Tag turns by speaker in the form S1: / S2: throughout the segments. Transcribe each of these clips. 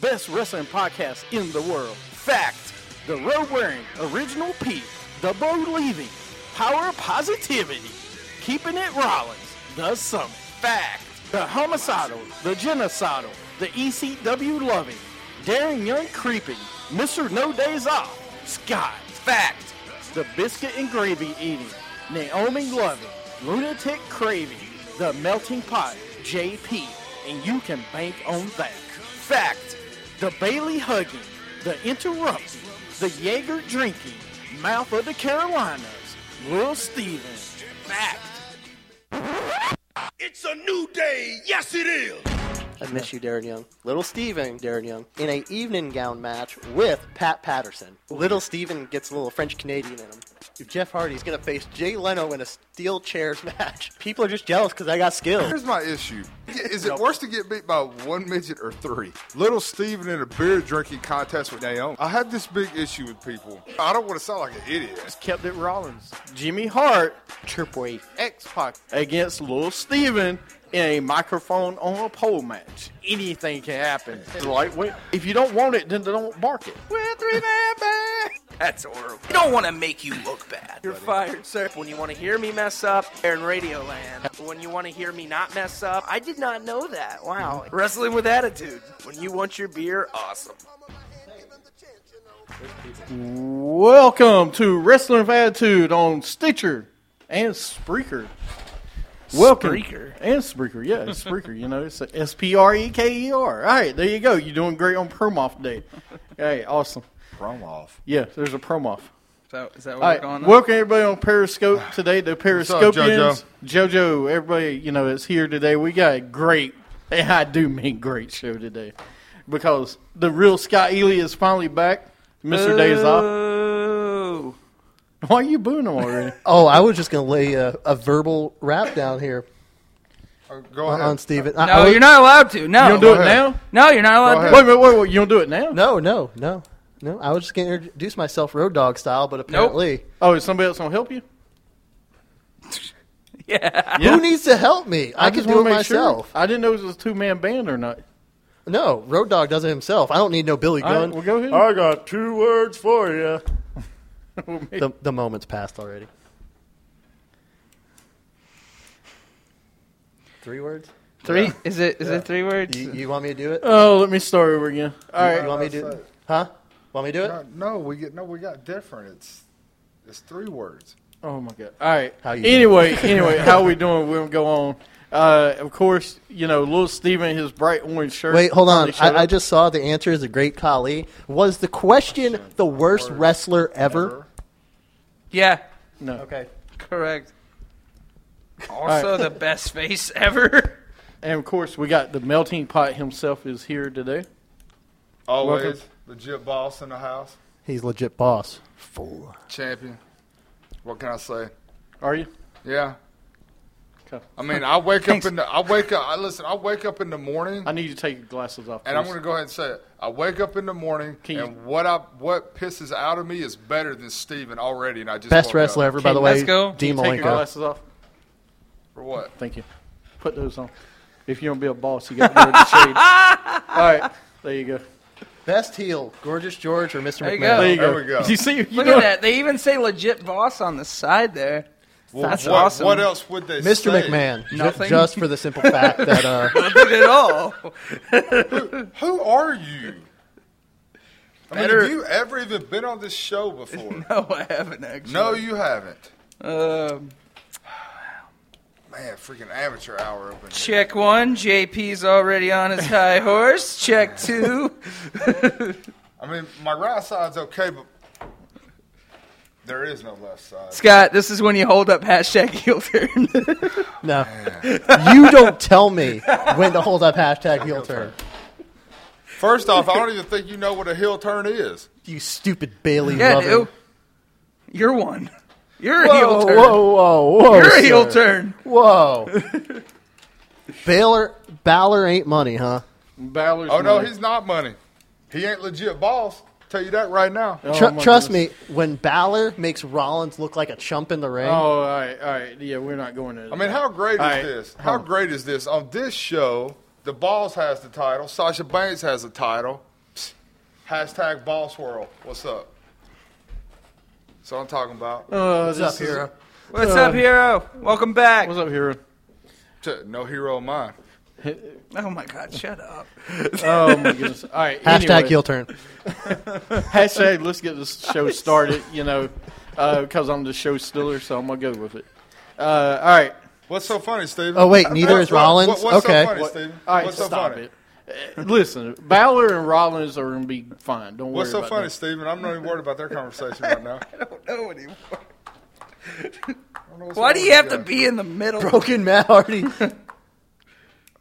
S1: best wrestling podcast in the world. Fact. The road wearing, original P, the believing, power of positivity, keeping it Rollins, the summit. Fact. The homicidal, the genocidal, the ECW loving, daring young creeping, Mr. No Days Off, Scott. Fact. The biscuit and gravy eating, Naomi loving, lunatic craving, the melting pot, JP, and you can bank on that. Fact. The Bailey hugging, the interrupting, the Jaeger drinking, mouth of the Carolinas, Lil Steven. Fact.
S2: It's a new day. Yes, it is.
S3: I miss you, Darren Young. Little Steven, Darren Young, in a evening gown match with Pat Patterson. Little Steven gets a little French Canadian in him. Jeff Hardy's gonna face Jay Leno in a steel chairs match. People are just jealous because I got skills.
S4: Here's my issue. Is it worse to get beat by one midget or three? Little Steven in a beer drinking contest with Naomi. I have this big issue with people. I don't want to sound like an idiot.
S1: kept it Rollins. Jimmy Hart
S3: Chirpway.
S4: X Pac.
S1: against Lil Steven in a microphone on a pole match. Anything can happen. Lightweight. If you don't want it, then don't bark it. We're a three man band.
S5: That's horrible. I don't want to make you look bad. You're fired, sir. When you want to hear me mess up, Aaron Radio Land. When you want to hear me not mess up, I did not know that. Wow. Wrestling with attitude. When you want your beer, awesome.
S1: Welcome to Wrestling with Attitude on Stitcher and Spreaker. Welcome.
S5: Spreaker.
S1: And Spreaker, yeah, it's Spreaker, you know, it's S P R E K E R. All right, there you go. You're doing great on Promoff Day. Hey, awesome.
S4: From off.
S1: Yeah, there's a Promoff.
S6: Is that, is that what
S1: All
S6: we're
S1: right,
S6: going on?
S1: welcome everybody on Periscope today. The
S4: up,
S1: Periscopians, JoJo? everybody you know is here today. We got a great, and I do mean great show today, because the real Scott Ely is finally back. Mister Days
S5: Uh.
S1: off.
S6: Ooh.
S1: Why are you booing him already?
S3: Oh, I was just gonna lay a, a verbal rap down here
S4: Uh, Go
S3: on,
S4: ahead.
S3: on Steven.
S6: No, you're not allowed to. No.
S1: You don't do it
S4: ahead.
S1: now.
S6: No, you're not
S4: Go
S6: allowed
S4: ahead.
S6: to.
S1: Wait, wait, wait, wait! You don't do it now?
S3: No, no, no, no. I was just gonna introduce myself, Road Dog style, but apparently,
S1: Oh, is somebody else gonna help you?
S6: Yeah.
S1: Yeah.
S3: who needs to help me? I, can
S1: just
S3: do it
S1: wanna make sure.
S3: myself.
S1: I didn't know it was a two man band or not.
S3: No, Road Dog does it himself. I don't need no Billy
S1: All right,
S3: Gunn.
S1: well, go ahead.
S3: got two words for you. the, the moment's passed already. Three words?
S6: Three? Is it? Is it three words?
S3: You, you want me to do it?
S1: Oh, let me start over again. All
S3: you,
S1: right.
S3: you want me to do it? Huh? Want me to do it?
S4: No, no, we get no. We got different. It's it's three words.
S1: Oh my god! All right.
S3: How you doing?
S1: anyway, anyway, how we doing? We're gonna go on. Uh, of course, you know, little Steven, his bright orange shirt.
S3: Wait, hold on.
S1: finally showed
S3: I, I
S1: up.
S3: just saw the answer is a great Kali. Was the question the worst wrestler ever?
S6: Yeah.
S1: no.
S3: Okay.
S6: Correct. Also, the best face ever.
S1: And of course, we got the melting pot himself is here today.
S4: Always
S1: Welcome.
S4: legit boss in the house.
S3: He's legit boss. Fool.
S4: Champion. What can I say?
S1: Are you?
S4: Yeah.
S1: Okay.
S4: I mean, I wake up in the. I wake up. I listen. I wake up in the morning.
S1: I need you to take your glasses off.
S4: And I'm
S1: please.
S4: going to go ahead and say it. I wake up in the morning,
S1: Can you-
S4: and what I what pisses out of me is better than Steven already, and I just
S3: Best
S4: woke
S3: wrestler
S4: up.
S3: ever, by the way.
S6: Let's go.
S3: Dean
S1: Take your
S3: Malenko.
S1: glasses off.
S4: for what?
S1: Thank you. Put those on. If you don't be a boss, you got to wear the shade. All right. There you go.
S3: Best heel, Gorgeous George or Mr.
S6: There
S3: McMahon?
S6: you
S1: There you
S4: There
S1: go.
S4: we go.
S1: You see? You
S6: Look
S1: know-
S6: at that. They even say legit boss on the side there.
S4: Well,
S6: That's
S4: what,
S6: awesome.
S4: What else would they
S3: Mr.
S4: say?
S3: McMahon, ju-
S6: Nothing.
S3: just for the simple fact that uh,
S6: Look at all.
S4: Who are you? I mean,
S6: Better-
S4: have you ever even been on this show before?
S6: No, Oh, I haven't actually.
S4: no, you haven't.
S6: Um,
S4: Man, freaking amateur hour open. here.
S6: check one. JP's already on his high horse. Check two.
S4: I mean, my right side's okay, but there is no left side.
S6: Scott, this is when you hold up hashtag heel turn.
S3: No. you don't tell me when to hold up hashtag heel turn.
S4: First off, I don't even think you know what a heel turn is.
S3: You stupid Bailey
S6: yeah,
S3: lover.
S6: dude. You're one. You're a
S3: Whoa,
S6: heel turn.
S3: whoa, whoa, whoa.
S6: You're a
S3: sir.
S6: heel turn.
S3: Whoa. Baylor, Balor ain't money, huh?
S1: Balor's
S4: Oh no,
S1: money.
S4: he's not money. He ain't legit boss. Tell you that right now.
S1: Oh,
S3: Tru-
S1: my
S3: trust
S1: goodness.
S3: me, when Balor makes Rollins look like a chump in the ring,
S1: Oh, all right. All right. Yeah, we're not going to.
S4: I mean, how great is
S1: All right.
S4: this? How great is this? On this show, the Balls has the title. Sasha Banks has the title. Hashtag boss whirl. What's up? That's what I'm talking about.
S7: Uh,
S3: Oh, What's up, hero?
S6: What's up, hero? Welcome back.
S7: What's up, hero?
S4: Ch- No hero of mine.
S6: Oh my God, shut up.
S7: Oh my goodness! All right.
S3: Hashtag
S7: anyway.
S3: heel turn.
S7: Hashtag. Let's get this show started. You know, because I'm the show stiller, so I'm gonna go with it. Uh, all right.
S4: What's so funny, Steven?
S3: Oh, wait, neither is
S4: What- what-
S3: Rollins?
S4: what's
S3: Okay.
S4: so funny,
S3: What-
S4: Steven?
S7: All right.
S4: what's so
S7: stop
S4: funny?
S7: it. Uh, Listen, Balor and Rollins are gonna be fine. Don't worry
S4: What's so
S7: about
S4: funny,
S7: that.
S4: Steven? I'm not even worried about their conversation right now.
S6: No anymore.
S4: I don't know what's
S6: Why do
S4: wrong
S6: you have
S4: with
S6: to
S4: guy.
S6: be in the middle?
S3: Broken Matt Hardy.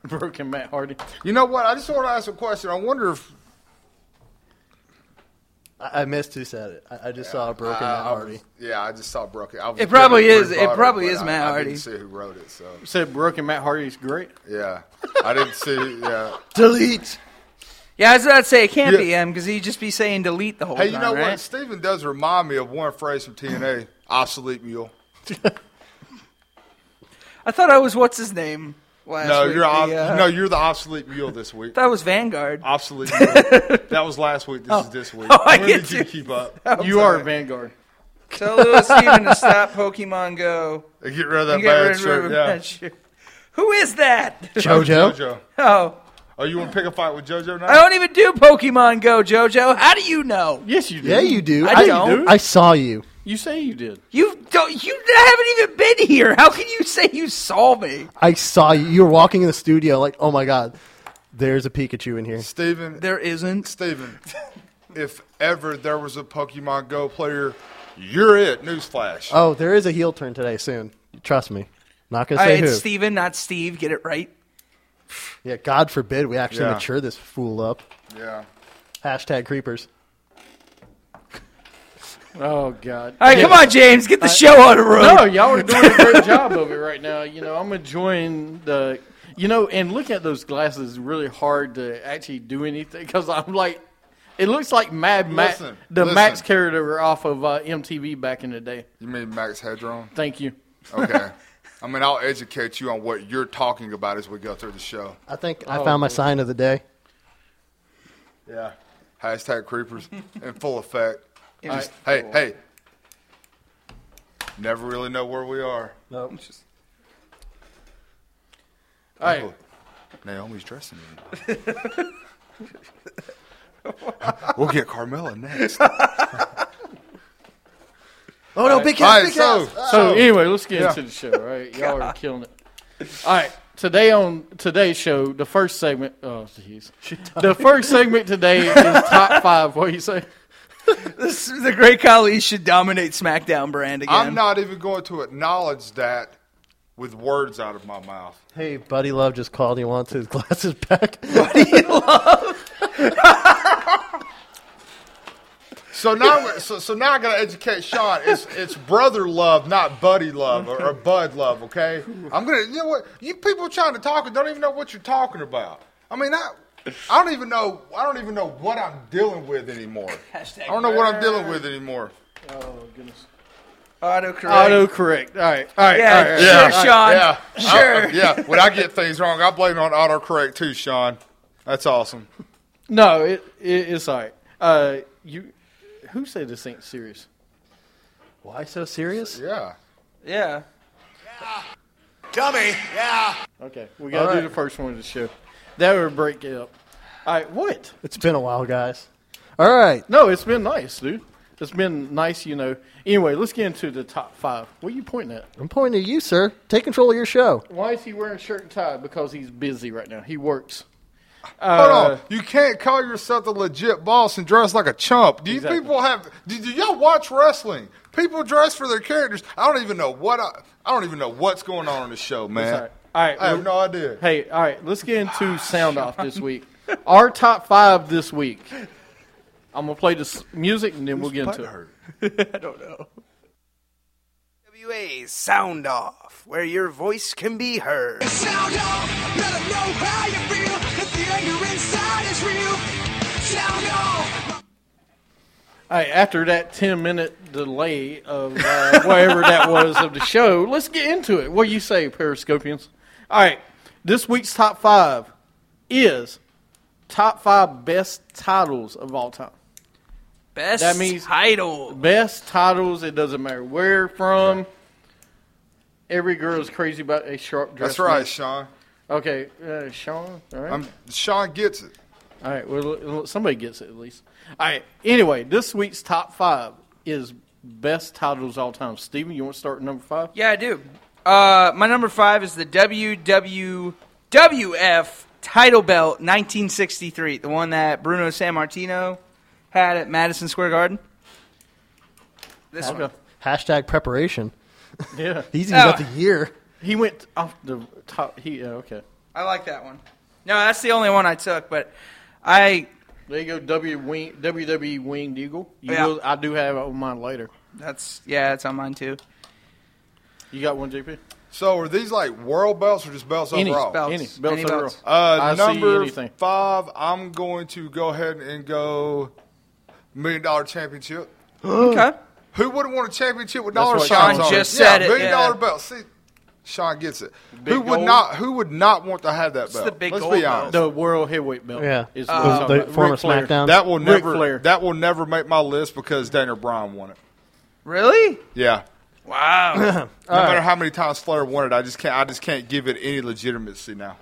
S7: Broken Matt Hardy.
S4: You know what? I just want to ask a question. I wonder if
S3: I I missed who said it. I, I just saw a broken
S4: I- I
S3: Matt
S4: was-
S3: Hardy.
S4: Yeah, I just saw Brooke. I was
S6: It probably
S4: looking
S6: is-
S4: for
S6: it
S4: Brooke Butter,
S6: probably
S4: but
S6: is
S4: I-
S6: Matt
S4: I
S6: Hardy.
S4: didn't see who wrote it, so
S7: Said Broken Matt Hardy is great.
S4: yeah, I didn't see. Yeah.
S3: Delete.
S6: Yeah, I was about to say it can't
S4: Yeah.
S6: be him because he'd just be saying delete the whole
S4: Hey,
S6: time.
S4: you know
S6: right?
S4: what? Steven does remind me of one phrase from TNA: "Obsolete mule."
S6: I thought I was what's his name last
S4: No,
S6: week.
S4: you're ob-
S6: the, uh,
S4: no, Uh, you're the obsolete mule this week.
S6: That was Vanguard.
S4: Obsolete. mule. that was last week. This is this week.
S6: Oh, I
S4: When
S6: get
S4: did you
S6: to-
S4: keep up?
S7: you are a Vanguard.
S6: Tell little Steven to stop Pokemon Go
S4: Get rid of that
S6: and get
S4: bad
S6: rid of
S4: shirt.
S6: him.
S4: Yeah.
S6: Who is that?
S3: JoJo.
S4: Jojo.
S6: Oh,
S4: Oh, you want to pick a fight with JoJo now?
S6: I don't even do Pokemon Go, JoJo. How do you know?
S7: Yes, you did.
S3: Yeah, you do.
S6: I don't.
S3: I saw you.
S7: You say you did.
S6: You don't. You haven't even been here. How can you say you saw me?
S3: I saw you. You were walking in the studio like, oh my god, there's a Pikachu in here.
S4: Steven,
S6: There isn't.
S4: Steven, if ever there was a Pokemon Go player, you're it. Newsflash.
S3: Oh, there is a heel turn today soon. Trust me. Not gonna
S6: All
S3: say
S6: right,
S3: who.
S6: Uh, it's Steven, not Steve. Get it right.
S3: Yeah, God forbid we actually
S4: Yeah.
S3: mature this fool up.
S4: Yeah.
S3: Hashtag creepers.
S7: Oh God.
S6: All right, come on, James. Get the show on the road.
S7: No, Oh, y'all are doing a great job of it right now. You know, I'm enjoying the. You know, and looking at those glasses is really hard to actually do anything because I'm like, it looks like Mad Max,
S4: Listen,
S7: the
S4: listen.
S7: Max character off of uh, MTV back in the day.
S4: You mean Max Hedron?
S7: Thank you.
S4: Okay. I mean, I'll educate you on what you're talking about as we go through the show.
S3: I think I found my sign of the day.
S4: Yeah. Hashtag creepers in full effect.
S7: All right.
S4: Hey, hey. Never really know where we are.
S3: Nope.
S7: All right.
S4: Naomi's dressing room. we'll get Carmella next. All
S3: Oh no, big house,
S4: right,
S3: big
S4: so,
S3: house.
S7: So Oh, anyway, let's get
S4: Yeah.
S7: into the show. All right, y'all are killing it. All right, today on today's show, the first segment. Oh, jeez. The first segment today is top five. What do you say?
S6: This, the Great Khali should dominate SmackDown brand again.
S4: I'm not even going to acknowledge that with words out of my mouth.
S3: Hey, Buddy Love just called. He wants his glasses back.
S4: So now, so, so now I gotta educate Sean. It's it's brother love, not buddy love or, or bud love. Okay, I'm gonna. You know what? You people trying to talk and don't even know what you're talking about. I mean, I I don't even know. I don't even know what I'm dealing with anymore. I don't know what I'm dealing with anymore.
S7: Oh goodness.
S6: autocorrect.
S7: Auto correct. All right. All right.
S6: Yeah,
S7: all right.
S6: sure,
S4: I-
S6: Sean.
S4: yeah, I-
S6: Sure.
S4: yeah. When I get things wrong, I blame it on autocorrect too, Sean. That's awesome.
S7: No, it, it it's all right. Uh, you, who said this ain't serious?
S3: Why so serious?
S4: Yeah.
S6: Yeah.
S2: Dummy. Yeah.
S7: Okay, we gotta
S3: All
S7: do
S3: right.
S7: the first one of the show. That would break it up. All right, what?
S3: It's been a while, guys. All right.
S7: No, it's been nice, dude. It's been nice, you know. Anyway, let's get into the top five. What are you pointing at?
S3: I'm pointing at you, sir. Take control of your show.
S7: Why is he wearing shirt and tie? Because he's busy right now. He works.
S4: Hold
S7: Uh,
S4: on. You can't call yourself a legit boss and dress like a chump. Do you
S7: Exactly.
S4: people have do, do y'all watch wrestling? People dress for their characters. I don't even know what I, I don't even know what's going on in the show, man.
S7: all right. All right,
S4: I have
S7: we-
S4: no idea.
S7: Hey, all right, let's get into sound off this week. Our top five this week. I'm gonna play this music and then we'll get into it.
S5: WA Sound Off, where your voice can be heard.
S8: Sound off, let 'em know how you feel, 'cause the anger inside is real. Sound off.
S7: All right, after that 10 minute delay of uh, whatever that was of the show, let's get into it. What do you say, Periscopians? All right, this week's top five is top five best titles of all time.
S5: Best
S7: That means-
S5: title.
S7: Best titles. It doesn't matter where from. Every girl is crazy about a sharp dress.
S4: That's right,
S7: match.
S4: Sean.
S7: Okay, uh, Sean. All right.
S4: I'm, Sean gets it.
S7: All right. Well, l- l- somebody gets it at least. All right. Anyway, this week's top five is best titles of all time. Steven, you want to start at number five?
S6: Yeah, I do. Uh, my number five is the WWWF title belt 1963, the one that Bruno San Martino had at Madison Square Garden. This one.
S7: Okay.
S3: Hashtag preparation.
S7: Yeah.
S3: He's even
S6: Oh.
S3: got the year.
S7: He went off the top. He yeah, okay.
S6: I like that one. No, that's the only one I took, but I.
S7: There you go. W E wing, WWE winged eagle. You
S6: Yeah.
S7: will- I do have it on mine later.
S6: That's yeah, it's on mine too.
S7: You got one, JP?
S4: So are these like world belts or just belts
S7: Any
S4: overall?
S6: belt. Belts.
S7: Any belts,
S6: Any
S7: overall.
S6: belts.
S4: Uh,
S7: I see
S4: number
S7: anything.
S4: five, I'm going to go ahead and go million dollar championship.
S6: Okay.
S4: Who wouldn't want a championship with
S7: That's
S4: dollar
S7: what
S4: signs
S7: Sean
S4: on
S6: just
S4: it?
S6: said
S4: yeah,
S6: it,
S4: million
S6: yeah.
S4: dollar belt. See, Sean gets it.
S7: Big
S4: who would
S7: gold.
S4: not? Who would not want to have that belt?
S6: the big
S4: Let's
S6: gold
S4: be
S6: belt.
S4: honest.
S7: The world heavyweight belt.
S3: Yeah.
S6: Uh,
S7: Is
S3: The-
S7: what I'm talking
S3: the
S7: about.
S3: former
S7: Ric Flair.
S3: SmackDown.
S4: That will never.
S7: Flair.
S4: That will never make my list because Dana Bryan won it.
S6: Really?
S4: Yeah.
S6: Wow.
S4: No matter how many times Flair won it, I just can't. I just can't give it any legitimacy now.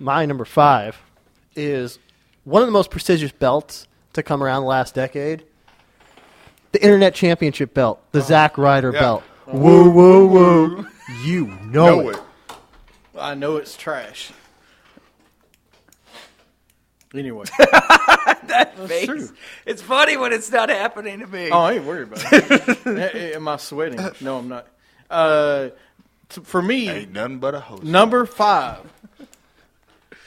S3: My number five is one of the most prestigious belts to come around the last decade. The Internet Championship belt, the Zack Ryder
S4: Yeah.
S3: belt. Woo, woo, woo. You know,
S4: Know
S3: it.
S4: it.
S7: I know it's trash. Anyway. That's
S6: Face.
S7: true.
S6: It's funny when it's not happening to me.
S7: Oh, I ain't worried about it. A- a- Am I sweating? No, I'm not. Uh, t- for me,
S4: Ain't nothing but a host.
S7: Number five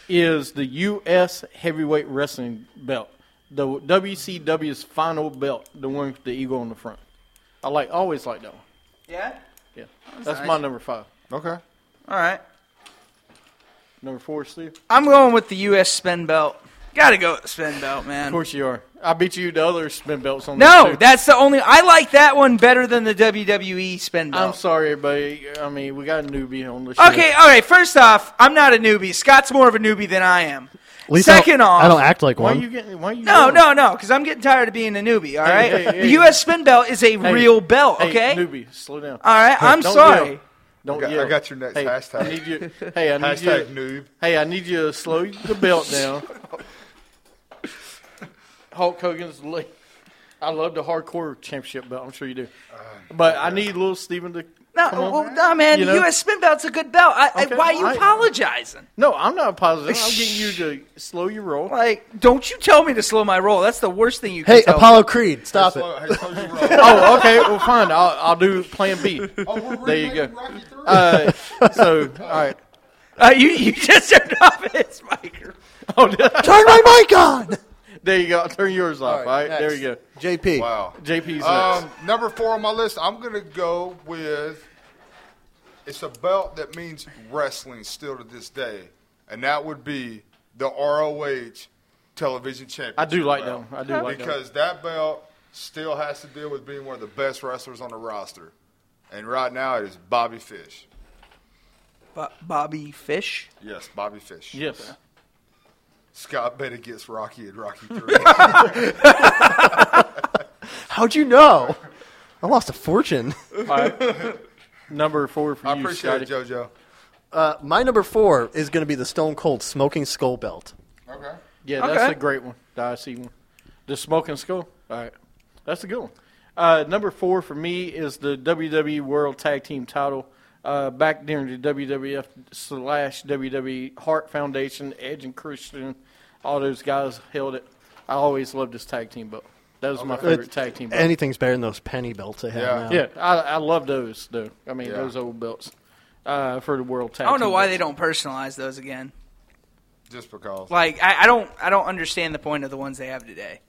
S7: is the U.S. heavyweight wrestling belt, the WCW's final belt, the one with the eagle on the front. I like always like that one.
S6: Yeah.
S7: Yeah, that's my
S6: nice.
S7: number five.
S4: Okay.
S6: All right.
S7: Number four, Steve. Of
S6: I'm going with the U.S. spin belt. Got to go with the spin belt, man.
S7: course you are. I beat you the other spin belts on.
S6: No,
S7: this too.
S6: that's the only. I like that one better than the WWE spin
S7: I'm
S6: belt.
S7: sorry, everybody. I mean, we got a newbie on the show.
S6: Okay, all right. First off, I'm not a newbie. Scott's more of a newbie than I am.
S3: At least I
S6: Second
S3: don't,
S6: off,
S3: I don't act like
S7: Why are
S3: one.
S7: you getting? Why are you?
S6: no,
S7: yelling?
S6: no, no, because I'm getting tired of being a newbie. All right,
S7: hey, hey.
S6: the U.S. spin belt is a
S7: Hey,
S6: real belt.
S7: hey,
S6: Okay,
S7: newbie, slow down.
S6: all right. I'm
S7: Don't
S6: sorry.
S7: yell. Don't
S4: I got- I
S7: yell.
S4: got your next
S7: Oh, hey,
S4: hashtag.
S7: I need you. Hey, I need
S4: Hashtag
S7: you.
S4: noob.
S7: Hey, I need you to slow the belt down. Hulk Hogan's. le- I love the hardcore championship belt. I'm sure you do, but I need little Steven to.
S6: No,
S7: come on.
S6: well, no, man.
S7: You
S6: the
S7: know?
S6: U.S. spin belt's a good belt. I,
S7: Okay,
S6: I, why are you
S7: I-
S6: apologizing?
S7: No, I'm not positive. I'm getting you to slow your roll.
S6: Like, don't you tell me to slow my roll. That's the worst thing you can
S3: hey,
S6: tell me.
S3: Apollo Creed, stop it.
S4: Slow- hey, slow your roll.
S7: Oh, okay. Well, fine. I'll, I'll do Plan B.
S4: Oh, we're
S7: There you
S4: remaking
S7: go.
S4: Rocky III?
S7: Uh, so, all right.
S6: Uh, you, you just turned off his microphone.
S7: Oh, did I-
S3: Turn my mic on.
S7: there you go. I'll turn yours off. All right, there you go.
S3: next. JP.
S4: wow.
S7: JP's next.
S4: Um, number four on my list, I'm gonna go with. It's a belt that means wrestling still to this day, and that would be the ROH Television Championship.
S7: I do like
S4: belt.
S7: that one. I do like that
S4: because that belt still has to deal with being one of the best wrestlers on the roster, and right now it is Bobby Fish.
S6: Bo- Bobby Fish.
S4: Yes, Bobby Fish.
S7: Yes.
S4: Scott Betty gets Rocky and Rocky Three.
S3: How'd you know? I lost a fortune.
S7: All right. Number four for
S4: I
S7: you,
S4: appreciate
S7: Scotty.
S4: it, JoJo.
S3: Uh, my number four is going to be the Stone Cold Smoking Skull Belt.
S4: Okay.
S7: Yeah, that's
S6: Okay.
S7: a great one. that I see one. The Smoking Skull. All right. That's a good one. Uh, number four for me is the WWE World Tag Team title. Uh, back during the WWF slash WWE Hart Foundation, Edge and Christian, all those guys held it. I always loved this tag team belt. That was my favorite tag team belt.
S3: Anything's better than those penny belts they have
S4: Yeah.
S3: now.
S7: yeah, I, I love those, though. I mean,
S4: Yeah.
S7: those old belts uh, for the World Tag
S6: I don't know
S7: Team
S6: why
S7: belts.
S6: they don't personalize those again.
S4: Just because
S6: Like, I, I don't, I don't understand the point of the ones they have today.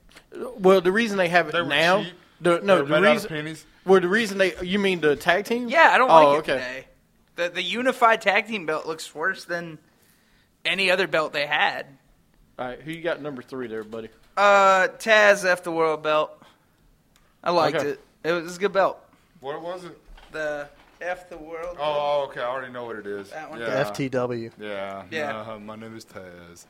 S7: Well, the reason they have it
S4: They were
S7: now.
S4: cheap.
S7: The,
S4: They
S7: no,
S4: were made
S7: the
S4: out of
S7: reason.
S4: pennies.
S7: Well, the reason they. You mean the tag team?
S6: Yeah, I don't
S7: oh,
S6: like it
S7: okay.
S6: today. The the unified tag team belt looks worse than any other belt they had.
S7: All right, who you got number three there, buddy?
S6: Uh, Taz F the World belt. I liked
S7: Okay.
S6: it. It was a good belt.
S4: what was it?
S6: The F the World.
S4: Oh, okay. I already know what it is.
S6: That one?
S4: Yeah.
S3: FTW.
S4: Yeah.
S6: Yeah.
S4: Uh, my name is Taz.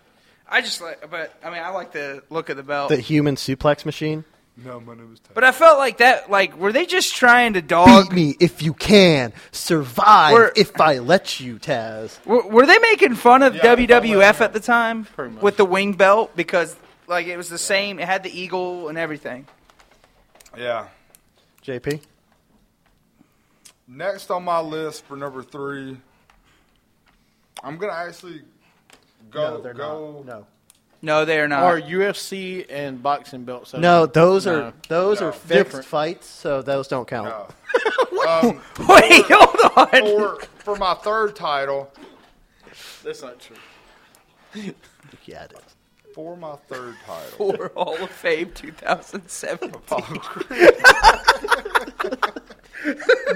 S6: I just like, but I mean, I like the look of the belt.
S3: The human suplex machine.
S4: No, my name is Tyler.
S6: but uh, I felt like that, like, were they just trying to dog?
S3: me if you can. Survive
S6: We're-
S3: if I let you, Taz.
S6: Were, were they making fun of
S4: Yeah,
S6: WWF at the time
S7: Pretty much.
S6: with the wing belt because, like, it was the same. It had the eagle and everything.
S4: Yeah.
S3: JP.
S4: Next on my list for number three, I'm gonna actually go
S3: no, they're
S4: go.
S3: not. No.
S6: No, they are not.
S7: Are UFC and boxing belts?
S3: No, those
S7: No.
S3: are those
S4: No.
S3: are fixed
S7: Different.
S3: fights, so those don't count.
S4: No.
S6: Wait, hold on.
S4: For for my third title,
S7: That's not true.
S3: Yeah, it is.
S4: for my third title, Oh.
S6: For Hall of Fame 2007.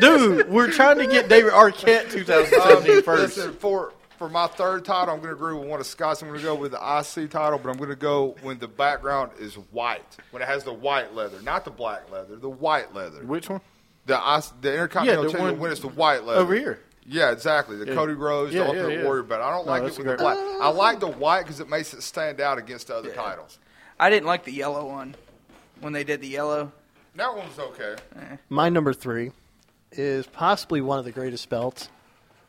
S7: Dude, we're trying to get David Arquette 2017
S4: Um,
S7: first.
S4: Listen, for for my third title, I'm going to agree with one of Scott's. I'm going to go with the IC title, but I'm going to go when the background is white, when it has the white leather, not the black leather, the white leather.
S7: Which one?
S4: The IC, the Intercontinental
S7: Yeah, the
S4: Championship
S7: one
S4: when it's the white leather
S7: over here.
S4: Yeah, exactly. The
S7: Yeah.
S4: Cody Rhodes,
S7: Yeah,
S4: the
S7: yeah,
S4: Ultimate
S7: yeah.
S4: Warrior, but I don't
S7: No,
S4: like
S7: that's
S4: it
S7: a
S4: with the
S7: great
S4: black. I like the white because it makes it stand out against the other titles.
S6: I didn't like the yellow one when they did the yellow.
S4: That one's okay.
S3: My number three is possibly one of the greatest belts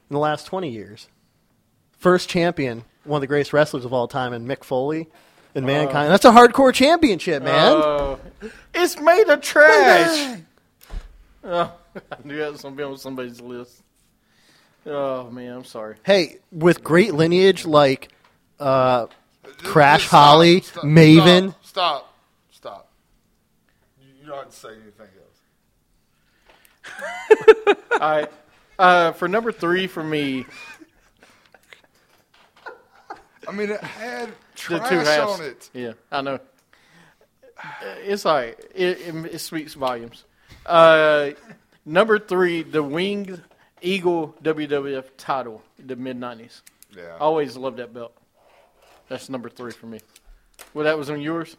S3: in the last 20 years. First champion, one of the greatest wrestlers of all time, and Mick Foley and Mankind. That's a hardcore championship, man.
S7: Oh. it's made of trash. oh, I knew that was going to be on somebody's list. Oh, man, I'm sorry.
S3: hey, with great lineage like uh, Crash
S4: Just
S3: Holly, Maven.
S4: Stop. Stop. stop. You, you don't have to say anything else.
S7: All right. Uh, for number three for me,
S4: I mean, it had
S7: the
S4: trash
S7: two halves.
S4: on it.
S7: Yeah, I know. Uh, It's all right. It, it, it speaks volumes. Uh, number three, the Winged Eagle WWF title, the mid 90s.
S4: Yeah.
S7: Always loved that belt. That's number three for me. Well, that was on yours.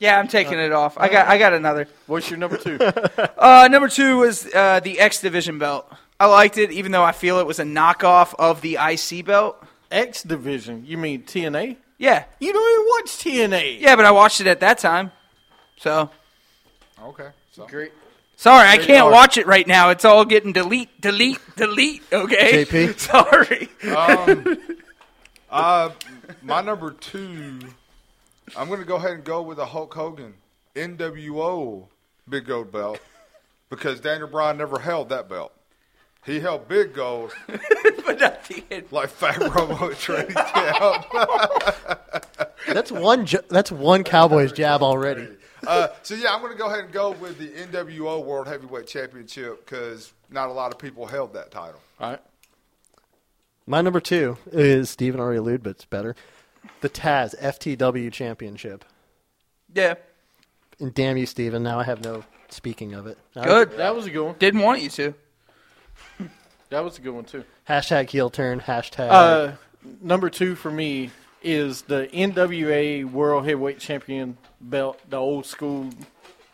S6: Yeah, I'm taking it off. I got I got another.
S7: What's your number two?
S6: Uh, number two was uh, the X Division belt. I liked it, even though I feel it was a knockoff of the IC belt.
S7: X Division. You mean TNA?
S6: Yeah,
S7: You don't even watch TNA.
S6: yeah, but I watched it at that time, so
S4: Okay. So.
S7: Great.
S6: sorry, I
S7: Great
S6: can't
S7: art.
S6: watch it right now. It's all getting delete, delete, delete. Okay,
S3: JP?
S6: sorry.
S4: Uh, my number two, I'm going to go ahead and go with a Hulk Hogan NWO Big Gold belt because Daniel Bryan never held that belt. He held Big Gold
S6: but not the end.
S4: like Fat Robo at training camp.
S3: That's one. Ju- that's one Cowboys jab already.
S4: Uh, so yeah, I'm going to go ahead and go with the NWO World Heavyweight Championship because not a lot of people held that title.
S7: All right.
S3: My number two is Stephen already alluded, but it's better. The Taz FTW Championship.
S6: Yeah,
S3: And damn you, Steven, now I have no speaking of it. Now-
S6: good.
S7: That was a good one.
S6: Didn't want you to.
S7: That was a good one too.
S3: Hashtag heel turn, hashtag.
S7: Uh, number two for me is the NWA World Heavyweight Champion belt, the old school,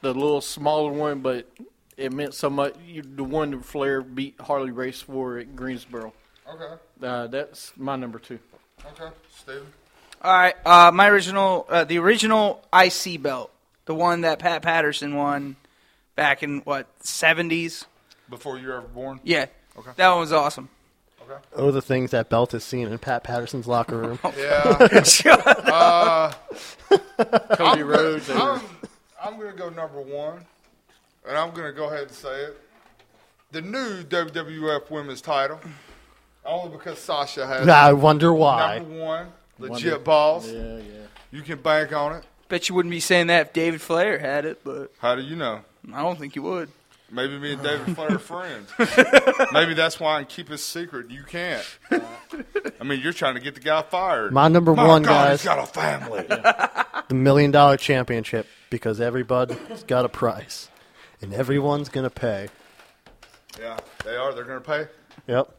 S7: the little smaller one, but it meant so much. You, the one that Flair beat Harley Race for at Greensboro.
S4: Okay,
S7: Uh, that's my number two.
S4: okay, Steven.
S6: All right, uh, my original, uh, the original IC belt, the one that Pat Patterson won back in what seventies?
S4: Before you were ever born.
S6: Yeah,
S4: Okay.
S6: that one was awesome.
S3: oh, the things that belt has seen in Pat Patterson's locker room.
S4: Yeah. Oh.
S7: Cody Rhodes. and-
S4: I'm, I'm going to go number one, and I'm going to go ahead and say it. The new WWF Women's title, only because Sasha has it.
S3: I wonder why.
S4: number one, legit
S7: Wonder-
S4: balls.
S7: yeah, yeah.
S4: You can bank on it.
S6: Bet you wouldn't be saying that if David Flair had it, but
S4: How do you know?
S6: I don't think you would.
S4: Maybe me and David Flair are friends. Maybe that's why I can keep it secret. You can't. I mean, you're trying to get the guy fired.
S3: My number
S4: My
S3: one,
S4: Oh, God,
S3: guys,
S4: he's got a family.
S3: the million dollar championship because everybody's got a price and everyone's going to pay.
S4: yeah, they are. They're going to pay.
S3: Yep.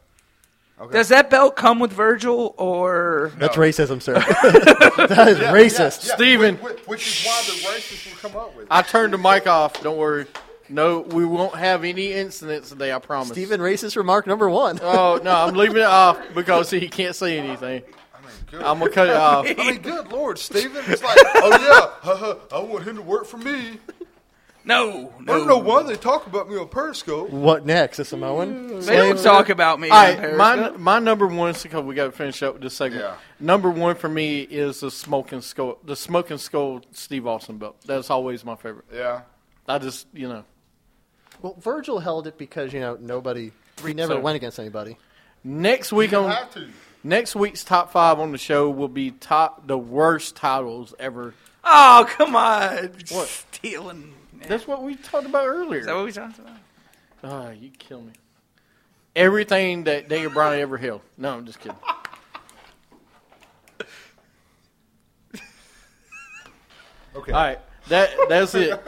S6: Does that belt come with Virgil or?
S3: That's racism, sir. that is racist.
S7: Steven.
S4: Which, which is why the racists will come up with. it.
S7: I turned the mic off. Don't worry. No, we won't have any incidents today. I promise. Uh,
S3: Steven, racist remark number one.
S7: Oh no, I'm leaving it off because he can't say anything.
S4: I mean,
S7: I'm gonna cut it off.
S4: I mean, good lord, Steven. It's like, oh yeah, haha, I want him to work for me.
S6: No,
S4: I
S6: no.
S4: don't know why they talk about me on Periscope.
S3: What next, a Samoan?
S6: They don't talk about me.
S7: All
S6: on
S7: right, my,
S6: Periscope.
S7: my number one is because we got to finish up this segment.
S4: Yeah.
S7: Number one for me is the smoking skull, the smoking skull Steve Austin belt. That's always my favorite.
S4: Yeah.
S7: I just you know
S3: Well, Virgil held it because you know nobody. He never
S7: so.
S3: went against anybody.
S7: next week
S4: You
S7: on
S4: have to.
S7: next week's top five on the show will be top the worst titles ever.
S6: oh, come on. Stealing. Is
S7: That's what we talked about earlier.
S6: that what we talked about?
S7: Ah, you kill me. Everything that Daniel Bryan ever held. No, I'm just kidding.
S4: Okay.
S7: All right, that that's it.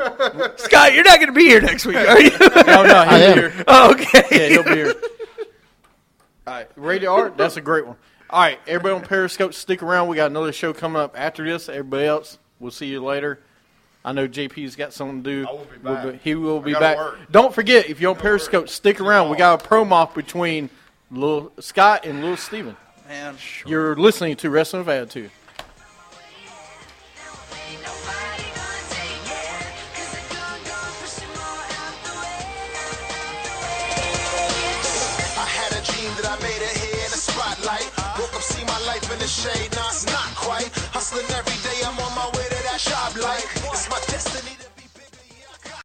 S6: Scott, you're not going to be here next week, are you?
S7: No, no,
S3: I
S7: he'll
S3: am.
S7: be here.
S6: oh, okay.
S7: Yeah, he'll be here. All right, Radio Art, that's a great one. All right, everybody on Periscope, stick around. We got another show coming up after this. Everybody else, we'll see you later. I know JP's got something to do.
S4: I will be
S7: We'll
S4: back.
S7: he will
S4: I
S7: be
S4: gotta
S7: back.
S4: work.
S7: Don't forget, if you're on Periscope, stick around. We got a promo off between Lil Scott and Lil Steven.
S6: Man.
S7: You're listening to Wrestling with Attitude.
S9: I had a dream that I made it here in the spotlight. Woke up, see my life in the shade.